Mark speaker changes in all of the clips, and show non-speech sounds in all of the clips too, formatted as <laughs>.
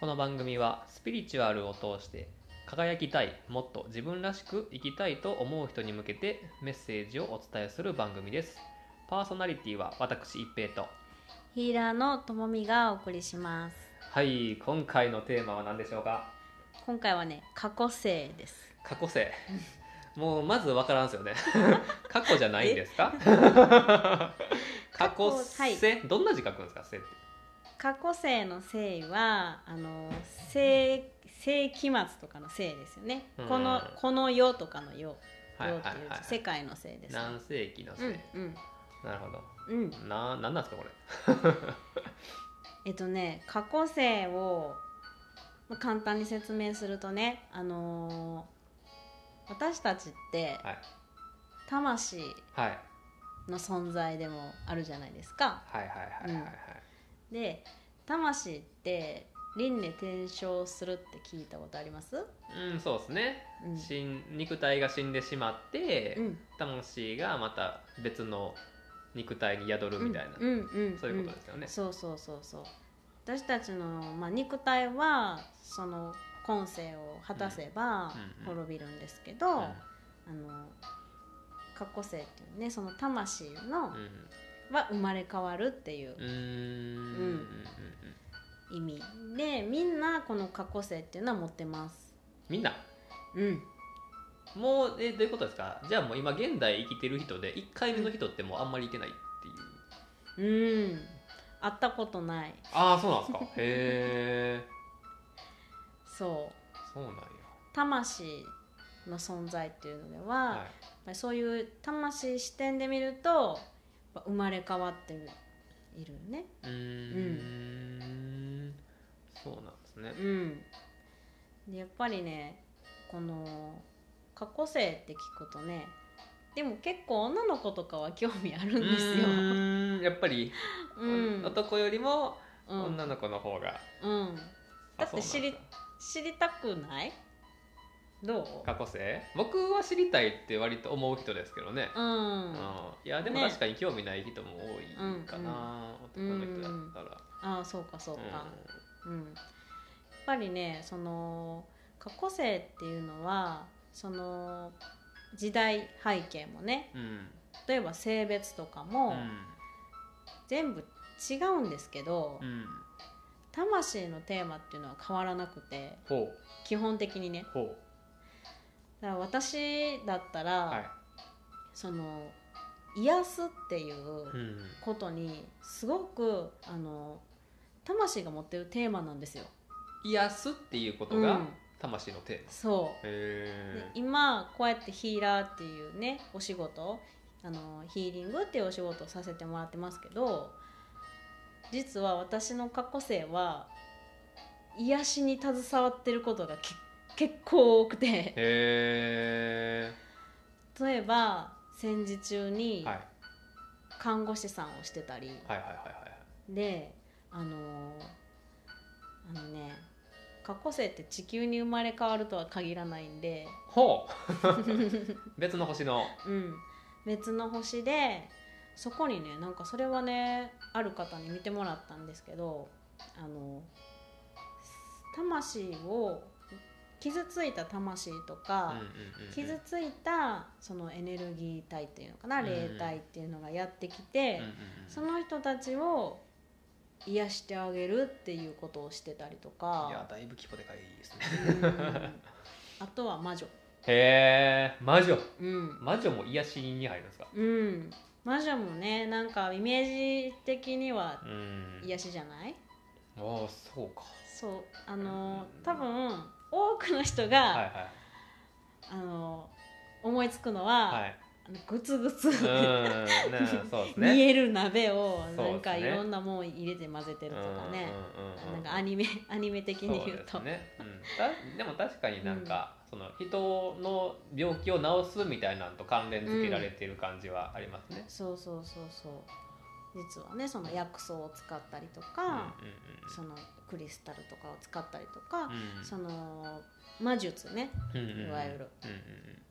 Speaker 1: この番組はスピリチュアルを通して輝きたいもっと自分らしく生きたいと思う人に向けてメッセージをお伝えする番組ですパーソナリティは私一平と
Speaker 2: ヒーラーのともみがお送りします
Speaker 1: はい今回のテーマは何でしょうか
Speaker 2: 今回はね過去生です
Speaker 1: 過去性 <laughs> もうまず分からんすよ <laughs> ね過去じゃないんです <laughs> か過去性、どんな字書くんですか性って
Speaker 2: 過去生の生はあの世世紀末とかの生ですよね
Speaker 1: うん
Speaker 2: このこの世とかの世
Speaker 1: はいは
Speaker 2: 世っ
Speaker 1: い
Speaker 2: て
Speaker 1: は
Speaker 2: いう字
Speaker 1: い
Speaker 2: 世界の生です
Speaker 1: 何世紀の
Speaker 2: う
Speaker 1: 性、
Speaker 2: んうん
Speaker 1: なるほ
Speaker 2: うん
Speaker 1: どな何なんですかこれ
Speaker 2: えっとね過去生をまあ簡単に説明するとねあのー私たちって
Speaker 1: はい
Speaker 2: 魂
Speaker 1: はい
Speaker 2: の存在でもあるじゃないですか
Speaker 1: はいはいはいはいはい
Speaker 2: で魂って輪廻転生するって聞いたことあります、
Speaker 1: うん、そうですね、
Speaker 2: うん
Speaker 1: 死ん肉体が死んでしまって、
Speaker 2: うん、
Speaker 1: 魂がまた別の肉体に宿るみたいな、
Speaker 2: うんうんん
Speaker 1: そういうことですよね、
Speaker 2: そうそうそうそう私たちの、まあ、肉体はその今世を果たせば
Speaker 1: うんうん
Speaker 2: 滅びるんですけど、
Speaker 1: うん
Speaker 2: あの過去世っていうねその魂の、
Speaker 1: うん
Speaker 2: は生まれ変わるっていう
Speaker 1: うーんうん
Speaker 2: うん
Speaker 1: うん
Speaker 2: 意味でみんなこの過去世っていうのは持ってます
Speaker 1: みんな
Speaker 2: うん
Speaker 1: もうえどういうことですかじゃあもう今現代生きてる人で1回目の人ってもうあんまりいてないっていう
Speaker 2: うん会ったことない
Speaker 1: ああそうなん <laughs> ですかへえ
Speaker 2: そう
Speaker 1: そうなんや
Speaker 2: 魂の存在っていうのでは、
Speaker 1: は
Speaker 2: やっ
Speaker 1: い
Speaker 2: ぱりそういう魂視点で見るとやっぱ生まれ変わっているよね。
Speaker 1: うーんそうなんですね
Speaker 2: うん、でやっぱりねこの過去性って聞くとねでも結構女の子とかは興味あるんですよ。
Speaker 1: うーんやっぱり、
Speaker 2: うん
Speaker 1: 男よりも
Speaker 2: うん
Speaker 1: 女の子の方が、
Speaker 2: うん、だって知り
Speaker 1: あそうなんですか
Speaker 2: 知りたくないど
Speaker 1: 過去性僕は知りたいって割と思う人ですけどね、
Speaker 2: う、うん
Speaker 1: うん
Speaker 2: あ
Speaker 1: いやでも
Speaker 2: ね
Speaker 1: 確かに興味ない人も多いかな、
Speaker 2: うんうん
Speaker 1: 男の人だったら、
Speaker 2: あーそうかそう
Speaker 1: う
Speaker 2: か。
Speaker 1: ん
Speaker 2: うん、やっぱりねその過去性っていうのはその時代背景もね
Speaker 1: うん
Speaker 2: 例えば性別とかも、全部違うんですけど、
Speaker 1: うんうん
Speaker 2: 魂のテーマっていうのは変わらなくて
Speaker 1: ほう
Speaker 2: 基本的にね
Speaker 1: ほう
Speaker 2: だから私だったら、
Speaker 1: はい、
Speaker 2: その癒すっていう
Speaker 1: うん、
Speaker 2: ことにすごくあの魂が持ってるテーマなんですよ。
Speaker 1: 癒すっていうこと
Speaker 2: う
Speaker 1: が
Speaker 2: ん
Speaker 1: 魂のテーマ、
Speaker 2: そうで
Speaker 1: へえ
Speaker 2: 今こうやってヒーラーっていうねお仕事あのヒーリングっていうお仕事をさせてもらってますけど実は私の過去生は癒しに携わってることがけ結構多
Speaker 1: <laughs>
Speaker 2: くて
Speaker 1: へ
Speaker 2: 例えば戦時中
Speaker 1: え
Speaker 2: に
Speaker 1: はい
Speaker 2: 看護師さんをしてたり、
Speaker 1: はいはいはいはい
Speaker 2: であのあのね過去生って地球に生まれ変わるとは限らないんで
Speaker 1: ほ
Speaker 2: <laughs>
Speaker 1: う別の星の
Speaker 2: うん、別の星でそこにねなんかそれはねある方に見てもらったんですけどあの魂を傷ついた魂とか、傷ついたそのエネルギー体っていうのかな、
Speaker 1: うん
Speaker 2: 霊体っていうのがやってきて、そ
Speaker 1: い
Speaker 2: の人たちを癒してあげるっていうことをしてたりと
Speaker 1: や
Speaker 2: か、
Speaker 1: だいぶ規模でかいですね
Speaker 2: うんあとは魔女、
Speaker 1: へえ魔女
Speaker 2: うん、
Speaker 1: 魔女も癒しに入るんですか
Speaker 2: うん魔女もねなんかイメージ的には
Speaker 1: うん
Speaker 2: 癒しじゃない
Speaker 1: ああそうか
Speaker 2: そうあの
Speaker 1: うん
Speaker 2: 多分多くの人が、
Speaker 1: はい
Speaker 2: あの思いつくの
Speaker 1: はいは
Speaker 2: は、
Speaker 1: い
Speaker 2: あのグツグツ
Speaker 1: うーんねそうですね
Speaker 2: 煮える鍋を
Speaker 1: そうですね
Speaker 2: なんかいろんなもん入れて混ぜてるとかね
Speaker 1: うんうんうんうん
Speaker 2: なんかアニメアニメ的に言うと
Speaker 1: そうですね、うん、たでも確かになんか、その人の病気を治すみたいなのと関連付けられている感じはありますね、
Speaker 2: そうそうそうそう実はねその薬草を使ったりと
Speaker 1: うんうん
Speaker 2: か、そのクリスタルとかを使ったりと
Speaker 1: う
Speaker 2: か、
Speaker 1: んうん
Speaker 2: その魔術ね
Speaker 1: うんうんうん
Speaker 2: いわゆる
Speaker 1: うんうん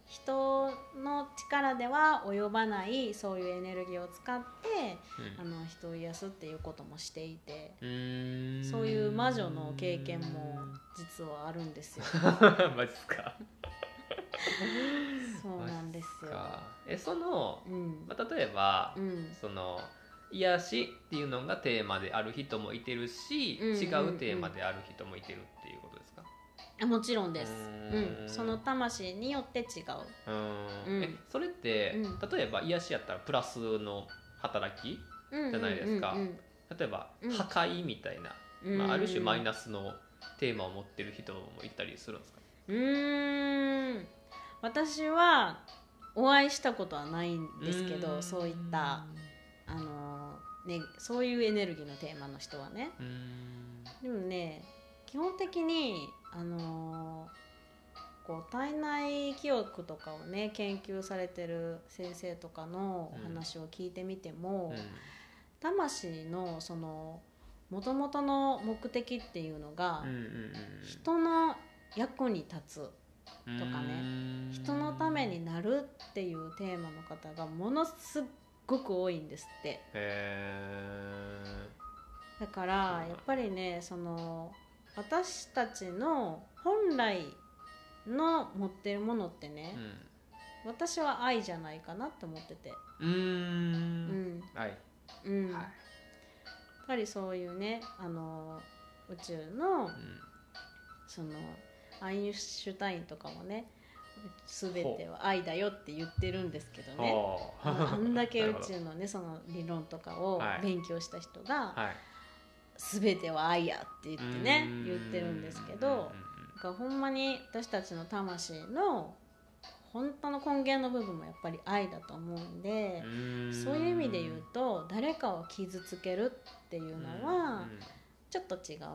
Speaker 2: 人の力では及ばないそういうエネルギーを使って
Speaker 1: うん
Speaker 2: あの人を癒すっていうこともしていて
Speaker 1: うーん
Speaker 2: そういう魔女の経験も実はあるん
Speaker 1: <laughs>
Speaker 2: ですよ
Speaker 1: マジっすか
Speaker 2: そうなんですよ
Speaker 1: かえその、
Speaker 2: うん
Speaker 1: まあ、例えば、
Speaker 2: うん
Speaker 1: その癒しっていうのがテーマである人もいてるし、
Speaker 2: うんうんうん
Speaker 1: 違うテーマである人もいてるっていうことですか
Speaker 2: あもちろんです
Speaker 1: うーん
Speaker 2: うんその魂によって違う
Speaker 1: うーん
Speaker 2: うん
Speaker 1: えそれって、
Speaker 2: う
Speaker 1: 例えば癒しやったらプラスの働き
Speaker 2: うん
Speaker 1: じゃないですか
Speaker 2: うんうん
Speaker 1: 例えば、
Speaker 2: うん
Speaker 1: 破壊みたいな、
Speaker 2: うん
Speaker 1: まあ、ある種マイ
Speaker 2: う
Speaker 1: ナスのテーマを持ってる人もいたりするんですか
Speaker 2: ーん私はお会いしたことはないんですけ
Speaker 1: うー
Speaker 2: ど
Speaker 1: ん
Speaker 2: そういったあのねそういうエネルギーのテーマの人はね
Speaker 1: うーん
Speaker 2: でもね基本的にあのーこう体内記憶とかをね研究されてる先生とかのお話を聞いてみても、
Speaker 1: う
Speaker 2: 魂のその元々の目的っていうのが
Speaker 1: んうんうんうん
Speaker 2: 人の役に立
Speaker 1: うん
Speaker 2: とかね
Speaker 1: うーん
Speaker 2: つ人のためになるっていうテーマの方がものすっごく多いんですって。
Speaker 1: へ
Speaker 2: だからやっぱりねその私たちの本来の持ってるものってね
Speaker 1: ー、
Speaker 2: 私は愛じゃないかなって思ってて、
Speaker 1: うんう
Speaker 2: う
Speaker 1: ーん
Speaker 2: ん
Speaker 1: はい
Speaker 2: うんや
Speaker 1: は
Speaker 2: っ
Speaker 1: い
Speaker 2: ぱりそういうねあの宇宙
Speaker 1: う
Speaker 2: の
Speaker 1: ん
Speaker 2: そのアインシュタインとかもね全ては愛だよって言ってるんですけどね
Speaker 1: ほう
Speaker 2: あんだけ
Speaker 1: <laughs> な
Speaker 2: 宇
Speaker 1: るほど
Speaker 2: 宙のねその理論とかを
Speaker 1: はい
Speaker 2: 勉強した人が
Speaker 1: はい
Speaker 2: 「全ては愛や」って言ってね
Speaker 1: うーん
Speaker 2: 言ってるんですけ
Speaker 1: うんうん
Speaker 2: ど。だからほんまに私たちの魂の本当の根源の部分もやっぱり愛だと思うんで
Speaker 1: う、んん
Speaker 2: そういう意味で言うと誰かを傷つけるっていうのはちょっと違う、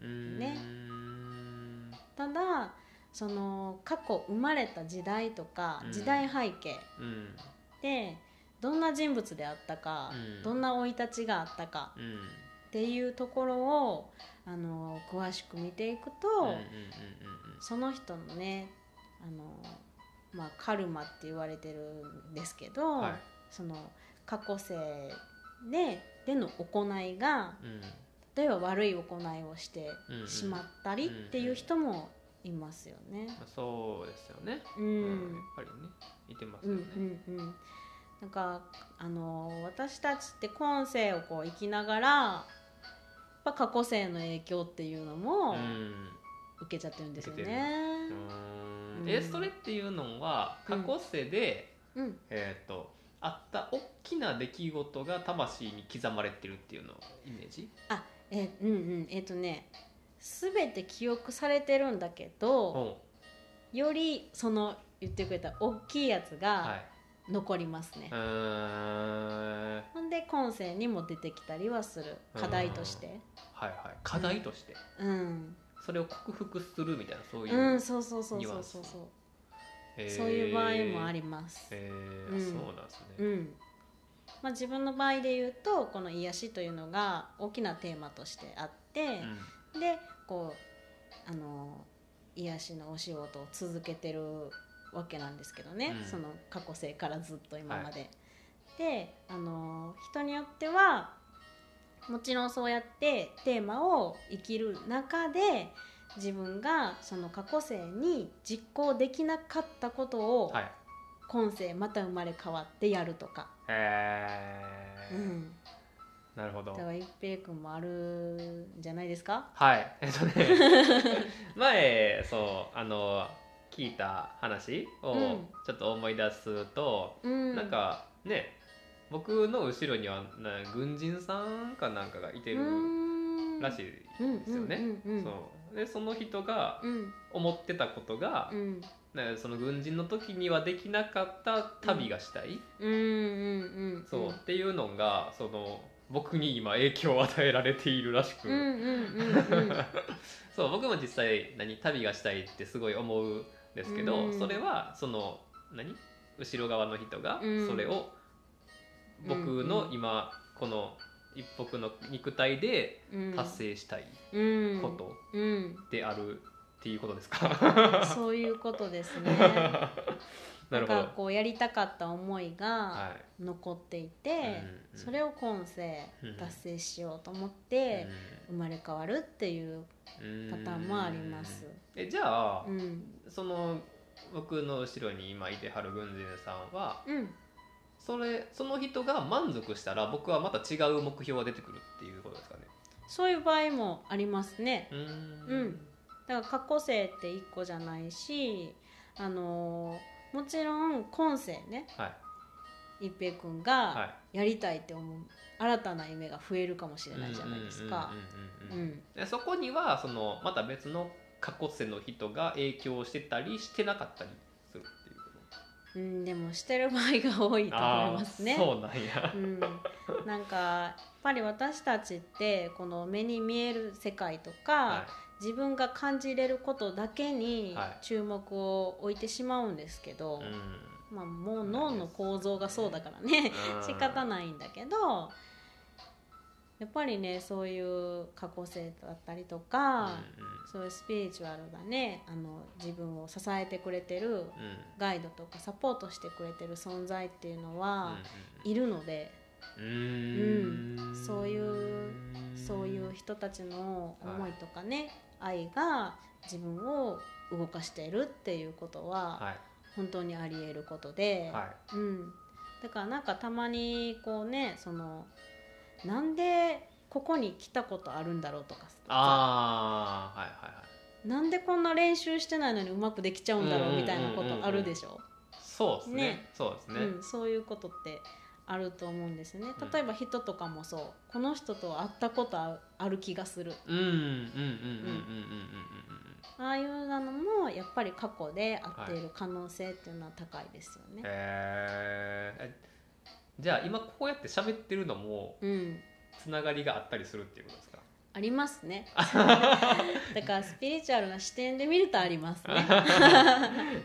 Speaker 1: うんうん
Speaker 2: ね
Speaker 1: うん
Speaker 2: ただその過去生まれた時代とか
Speaker 1: うん
Speaker 2: 時代背景
Speaker 1: うん
Speaker 2: でどんな人物であったか、
Speaker 1: うん
Speaker 2: どんな生い立ちがあったか
Speaker 1: うんうん
Speaker 2: っていうところをあの詳しく見ていくと、
Speaker 1: うんうんうん
Speaker 2: その人のねあの、まあ、カルマって言われてるんですけど、
Speaker 1: はい
Speaker 2: その過去世ででの行いが
Speaker 1: うん
Speaker 2: 例えば悪い行いをして
Speaker 1: うんうん
Speaker 2: しまったりっていう人もいますよね。
Speaker 1: まあそうですよね
Speaker 2: う
Speaker 1: うんやっぱりねいてます
Speaker 2: うん
Speaker 1: よ
Speaker 2: う
Speaker 1: ね
Speaker 2: んうんなんかあの私たちって今世をこう生きながらやっぱ過去世の影響っていうのも
Speaker 1: うん
Speaker 2: 受けちゃってるんですよ
Speaker 1: 受け
Speaker 2: ね。
Speaker 1: うー
Speaker 2: うんん
Speaker 1: えそれっていうのは過去世で、
Speaker 2: うん、
Speaker 1: えっ、とあった大きな出来事が魂に刻まれてるっていうのをイメージ
Speaker 2: えうんうんえっ、とね全て記憶されてるんだけど
Speaker 1: お
Speaker 2: よりその言ってくれた大きいやつ
Speaker 1: は
Speaker 2: が
Speaker 1: い
Speaker 2: 残りますね、
Speaker 1: うーんはい
Speaker 2: ほんで今世にも出てきたりはする課題として
Speaker 1: はい課題として
Speaker 2: うん、
Speaker 1: それを克服するみたいなそういうう、
Speaker 2: ん、そうそうそう
Speaker 1: ニュ
Speaker 2: そ
Speaker 1: アン
Speaker 2: う
Speaker 1: ス
Speaker 2: そうそう、
Speaker 1: へー
Speaker 2: そういう場合もあります、
Speaker 1: へー
Speaker 2: うん
Speaker 1: そうなんですね、
Speaker 2: うんまあ、自分の場合で言うとこの癒しというのが大きなテーマとしてあって、でこうあの癒しのお仕事を続けてるわけなんですけどね、
Speaker 1: うん
Speaker 2: その過去生からずっと今まで。であの人によってはもちろんそうやってテーマを生きる中で自分がその過去生に実行できなかったこと
Speaker 1: うん
Speaker 2: を
Speaker 1: はい
Speaker 2: 今世また生まれ変わってやるとか、
Speaker 1: へー
Speaker 2: うん、
Speaker 1: なるほど
Speaker 2: だから一平君もあるんじゃないですか
Speaker 1: はいえっとね <laughs> 前そうあの聞いた話
Speaker 2: う
Speaker 1: を
Speaker 2: ん
Speaker 1: ちょっと思い出すと、
Speaker 2: うん
Speaker 1: なんかね僕の後ろにはな軍人さんかなんかがいてるらし
Speaker 2: い
Speaker 1: いですよね。
Speaker 2: うんうんうんうん
Speaker 1: そうでその人が
Speaker 2: うん
Speaker 1: 思ってたことが
Speaker 2: う、ん
Speaker 1: ねその軍人の時にはできなかった旅がしたい、
Speaker 2: うんうんうん
Speaker 1: そうっていうのがその僕に今影響を与えられているらしく、
Speaker 2: うんうんうんうん
Speaker 1: そう僕も実際何旅がしたいってすごい思うんですけど、
Speaker 2: うん
Speaker 1: それはその何後ろ側の人が
Speaker 2: うん
Speaker 1: それを僕の今この一服の肉体で
Speaker 2: うん
Speaker 1: 達成したい
Speaker 2: うん
Speaker 1: こと
Speaker 2: うん、
Speaker 1: であるっていうことですか
Speaker 2: そういうことで
Speaker 1: <laughs>
Speaker 2: すね
Speaker 1: な
Speaker 2: だ
Speaker 1: るほど
Speaker 2: からこうやりたかった思いが
Speaker 1: はい
Speaker 2: 残っていて、
Speaker 1: うん
Speaker 2: それを今世
Speaker 1: うん
Speaker 2: 達成しようと思って生まれ変わるっていう
Speaker 1: うん
Speaker 2: パターンもあります。
Speaker 1: えじゃあ、
Speaker 2: うん、
Speaker 1: その僕の後ろに今いてはる軍人さんは
Speaker 2: うん、
Speaker 1: それその人が満足したら僕はまた違う目標が出てくるっていうことですかね
Speaker 2: そういう場合もありますね。
Speaker 1: うー
Speaker 2: うんだから過去世って一個じゃないし、あのーもちろん今世ね、
Speaker 1: はい
Speaker 2: 一平君
Speaker 1: は
Speaker 2: が
Speaker 1: い
Speaker 2: やりたいって思う新たな夢が増えるかもしれないじゃないですか。
Speaker 1: うんうんう
Speaker 2: う
Speaker 1: んうんうん
Speaker 2: ん、
Speaker 1: でそこにはそのまた別の過去世の人が影響してたりしてなかったりするっていうこと
Speaker 2: うん、でもしてる場合が多いと思いますね。
Speaker 1: あーそうなんや
Speaker 2: うん、なんかやっぱり私たちってこの目に見える世界とか、
Speaker 1: は
Speaker 2: 自分が感じれることだけに
Speaker 1: はい
Speaker 2: 注目を置いてしまうんですけど、
Speaker 1: い、うん
Speaker 2: まあ、もう脳の構造がそうだからね仕方ないんだけどやっぱりねそういう過去性だったりと
Speaker 1: うんうん
Speaker 2: か、そういうスピリチュアルがねあの自分を支えてくれてる
Speaker 1: うんうん
Speaker 2: ガイドとかサポートしてくれてる存在っていうの
Speaker 1: うん
Speaker 2: は、いるの
Speaker 1: う
Speaker 2: で。
Speaker 1: んうん
Speaker 2: そういうそういう人たちの思いとかね、愛が自分を動かしているっていうことは
Speaker 1: は
Speaker 2: 本当にありえることで、
Speaker 1: いは
Speaker 2: うん、だからなんかたまにこうねそのなんでここに来たことあるんだろうとかさ
Speaker 1: ああはいはいはい
Speaker 2: なんでこんな練習してないのにうまくできちゃうんだろうみたいなことあるでしょ、
Speaker 1: そうですね
Speaker 2: ね
Speaker 1: そうです
Speaker 2: う
Speaker 1: ね、
Speaker 2: んそういうことってあると思うんですね
Speaker 1: うん
Speaker 2: 例えば人とかもそうこの人と会ったことあある気がする
Speaker 1: うんうんうんうん
Speaker 2: ああいうのもやっぱり過去で合っている可能性っていうのは高いですよ
Speaker 1: うんうんうんうん
Speaker 2: ね。
Speaker 1: へえじゃあ今こうやって喋ってるのも
Speaker 2: うん、
Speaker 1: つながりがあったりするっていうことですか
Speaker 2: あります
Speaker 1: <laughs>
Speaker 2: ね。だからスピリチュアルな視点で見るとありますね。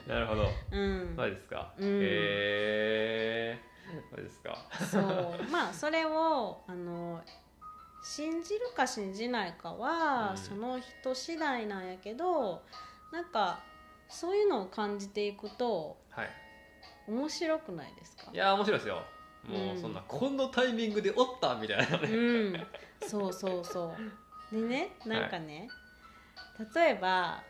Speaker 1: なるほど
Speaker 2: うん、
Speaker 1: そうですか、
Speaker 2: うん
Speaker 1: へえそうですか
Speaker 2: そうまあそれをあの信じるか信じないかは、
Speaker 1: うん
Speaker 2: その人次第なんやけどなんかそういうのを感じていくと
Speaker 1: はい
Speaker 2: 面白くないですか
Speaker 1: いやー面白いですよもう
Speaker 2: うん
Speaker 1: そんな、このタイミングでおったみたいなね、
Speaker 2: うん、そうそうそう。でね、なんかね、例えば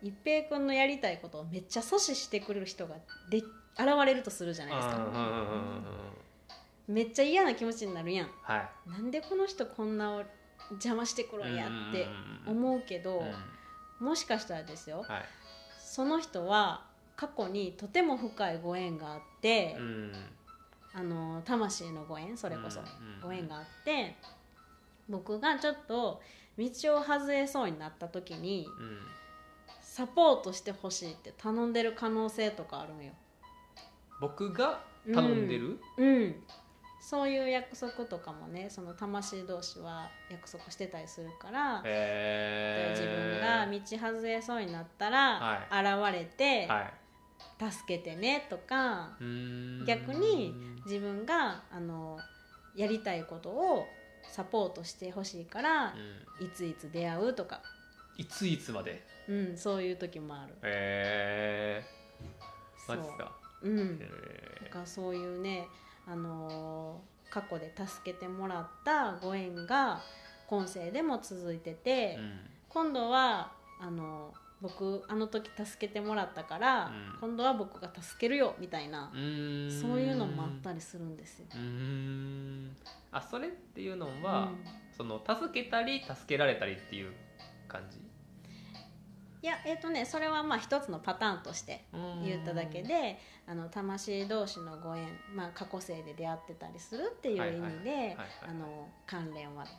Speaker 2: 一平君のやりたいことをめっちゃ阻止してくれる人がで現れるとするじゃ
Speaker 1: う
Speaker 2: なんいです
Speaker 1: うんうんうんうん
Speaker 2: か。めっちゃ嫌な気持ちになるやん。
Speaker 1: はい
Speaker 2: なんでこの人こんな邪魔してくるんやって思うけ
Speaker 1: う
Speaker 2: ど
Speaker 1: ん、
Speaker 2: もしかしたらですよ。
Speaker 1: はい
Speaker 2: その人は過去にとても深いご縁があって、
Speaker 1: うん
Speaker 2: あの魂のご縁それこそ、
Speaker 1: うん
Speaker 2: ご縁があって僕がちょっと道を外れそうになった時に
Speaker 1: うん
Speaker 2: サポートしてほしいって頼んでる可能性とかあるんよ。
Speaker 1: 僕が頼んでる、
Speaker 2: うんそういう約束とかもねその魂同士は約束してたりするから、
Speaker 1: へ
Speaker 2: 自分が
Speaker 1: ー
Speaker 2: 道外れそうになったら現れて
Speaker 1: はい
Speaker 2: 助けてねとか、
Speaker 1: うーん
Speaker 2: 逆に自分があのやりたいことをサポートしてほしいから
Speaker 1: う、ん
Speaker 2: いついつ出会うとか、
Speaker 1: いついつまで
Speaker 2: うん、そういう時もある。
Speaker 1: へえ
Speaker 2: そ
Speaker 1: マ
Speaker 2: う
Speaker 1: ジっすか
Speaker 2: うん、
Speaker 1: へ
Speaker 2: だ
Speaker 1: ー
Speaker 2: からそういうね、あのー過去で助けてもらったご縁が今世でも続いてて、
Speaker 1: うん
Speaker 2: 今度はあのー僕あの時助けてもらったから、
Speaker 1: うん
Speaker 2: 今度は僕が助けるよみたいな
Speaker 1: う、ーん
Speaker 2: そういうのもあったりするんですよ。
Speaker 1: うーんあそれっていうの
Speaker 2: う
Speaker 1: は、
Speaker 2: ん
Speaker 1: その助けたり助けられたりっていう感じ
Speaker 2: いや、えっ、とね、それはまあ一つのパターンとして言っただけで、あの魂同士のご縁、まあ過去生で出会ってたりするっていう意味で、
Speaker 1: いはいはい
Speaker 2: あの関連はし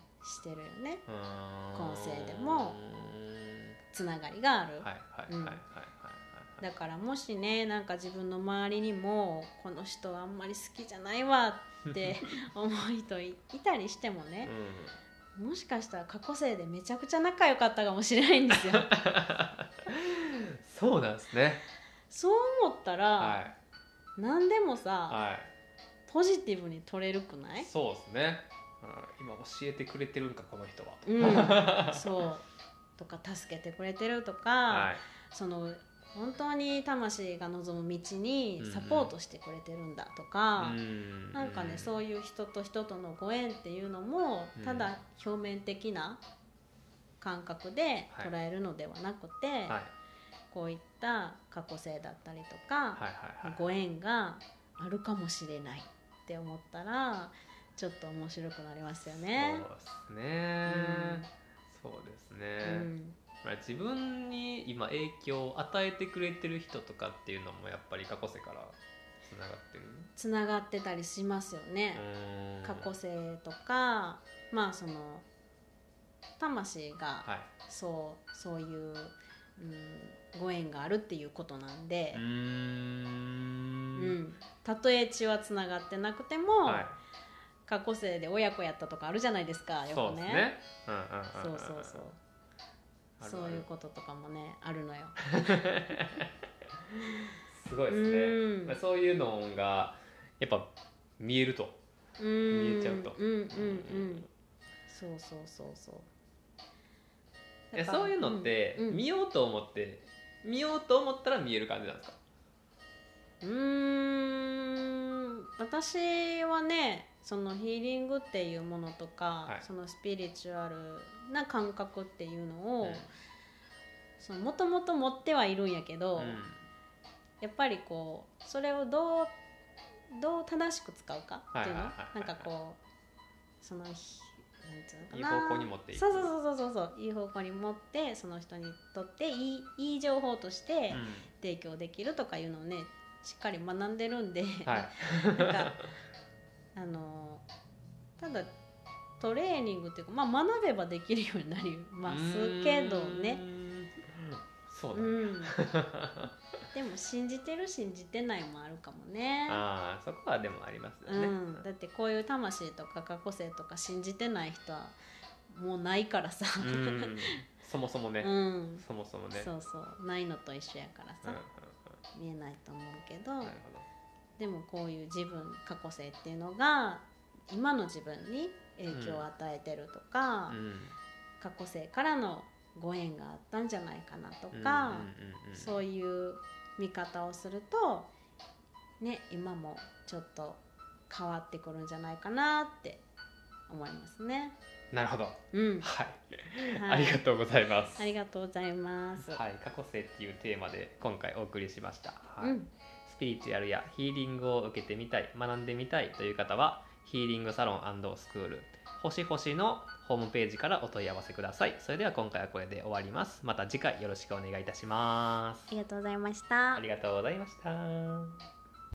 Speaker 2: てるよね。
Speaker 1: 今
Speaker 2: 世でもつながりがある。
Speaker 1: はいはいはいはいはいはい
Speaker 2: だからもしねなんか自分の周りにもこの人あんまり好きじゃないわって
Speaker 1: <laughs>
Speaker 2: 思う人いいたりしてもね、もしかしたら過去生でめちゃくちゃ仲良かったかもしれないんです
Speaker 1: <laughs>
Speaker 2: よ
Speaker 1: うんそうなんですね
Speaker 2: そう思ったら、
Speaker 1: は
Speaker 2: 何でもさ、
Speaker 1: いは
Speaker 2: ポジティブに取れるくない
Speaker 1: そうですね、うん、今教えてくれてるんかこの人はと <laughs>
Speaker 2: うん、そうとか助けてくれてるとか、
Speaker 1: はい
Speaker 2: その本当に魂が望む道に
Speaker 1: うんうん
Speaker 2: サポートしてくれてるんだとか、
Speaker 1: うん
Speaker 2: なんかね、そういう人と人とのご縁っていうのも
Speaker 1: うん
Speaker 2: ただ表面的な感覚で捉えるのではなくて、
Speaker 1: はい
Speaker 2: こういった過去性だったりとか、
Speaker 1: はいはいはい
Speaker 2: ご縁があるかもしれないって思ったらちょっと面白くなりますよね。
Speaker 1: そうですね、そうです
Speaker 2: う
Speaker 1: ね、
Speaker 2: ん
Speaker 1: まあ自分に今影響を与えてくれてる人とかっていうのもやっぱり過去世からつながってる
Speaker 2: つながってたりしますよね。
Speaker 1: うーん
Speaker 2: 過去性とかまあその魂が
Speaker 1: はい
Speaker 2: そうそういう、うん、ご縁があるっていうことなんで
Speaker 1: うー、
Speaker 2: うん
Speaker 1: ん
Speaker 2: たとえ血はつながってなくても、
Speaker 1: はい
Speaker 2: 過去生で親子やったとかあるじゃないですかよ
Speaker 1: そう
Speaker 2: く
Speaker 1: です
Speaker 2: ね。
Speaker 1: ねうんうん
Speaker 2: そ
Speaker 1: んん
Speaker 2: うそうそう
Speaker 1: あるある
Speaker 2: そういうこととかもねあるのよ。
Speaker 1: すごいですね
Speaker 2: うん
Speaker 1: まあそういうのがやっぱ見えると
Speaker 2: うんうん
Speaker 1: 見えちゃうと
Speaker 2: うんうんうん。そうそうそうそう。
Speaker 1: えそういうのって
Speaker 2: うんうん
Speaker 1: 見ようと思って見ようと思ったら見える感じなんですか
Speaker 2: うーん私はねそのヒーリングっていうものとか、
Speaker 1: はい
Speaker 2: そのスピリチュアルな感覚っていうの
Speaker 1: う
Speaker 2: を
Speaker 1: ん
Speaker 2: そのもともと持ってはいるんやけど、やっぱりこうそれをどうどう正しく使うかってい
Speaker 1: はいはいは
Speaker 2: うの、
Speaker 1: いはい
Speaker 2: なんかこうそのひな
Speaker 1: い
Speaker 2: んつう
Speaker 1: い
Speaker 2: のかな
Speaker 1: 方向に持っていく
Speaker 2: そうそうそうそうそういい方向に持ってその人にとっていいいい情報として
Speaker 1: うん
Speaker 2: 提供できるとかいうのをねしっかり学んでるんで、
Speaker 1: はい
Speaker 2: <laughs> なんかあのただトレーニングっていうか、まあ、学べばできるようになりますけど
Speaker 1: う
Speaker 2: ね。
Speaker 1: ーんそう
Speaker 2: う
Speaker 1: だね、 <laughs>
Speaker 2: ん、でも信じてる信じてないもあるかもね。
Speaker 1: ああそこはでもありますよ
Speaker 2: う
Speaker 1: ね、
Speaker 2: ん、だってこういう魂とか過去性とか信じてない人はもうないからさ、
Speaker 1: う
Speaker 2: <laughs>
Speaker 1: んそもそもね、
Speaker 2: うん
Speaker 1: そもそもね
Speaker 2: そうそうないのと一緒やから
Speaker 1: うんうん
Speaker 2: さ、見えないと思うけど、
Speaker 1: うんなるほど
Speaker 2: でもこういう自分過去性っていうのが今の自分に影響を与えてるとか、
Speaker 1: うん
Speaker 2: 過去性からのご縁があったんじゃないかなと
Speaker 1: うん
Speaker 2: か、
Speaker 1: うんうんうん
Speaker 2: そういう見方をすると、ね、今もちょっと変わってくるんじゃないかなって思いますね。
Speaker 1: なるほど
Speaker 2: うん、
Speaker 1: はい、
Speaker 2: は
Speaker 1: あ
Speaker 2: い
Speaker 1: りがとうございます
Speaker 2: ありがとうございます。
Speaker 1: はい、過去性っていうテーマで今回お送りしました、はい
Speaker 2: うん、
Speaker 1: スピリチュアルやヒーリングを受けてみたい学んでみたいという方はヒーリングサロンスクール星々のホームページからお問い合わせくださいそれでは今回はこれで終わりますまた次回よろしくお願いいたします
Speaker 2: ありがとうございました
Speaker 1: あ。りがとうございました。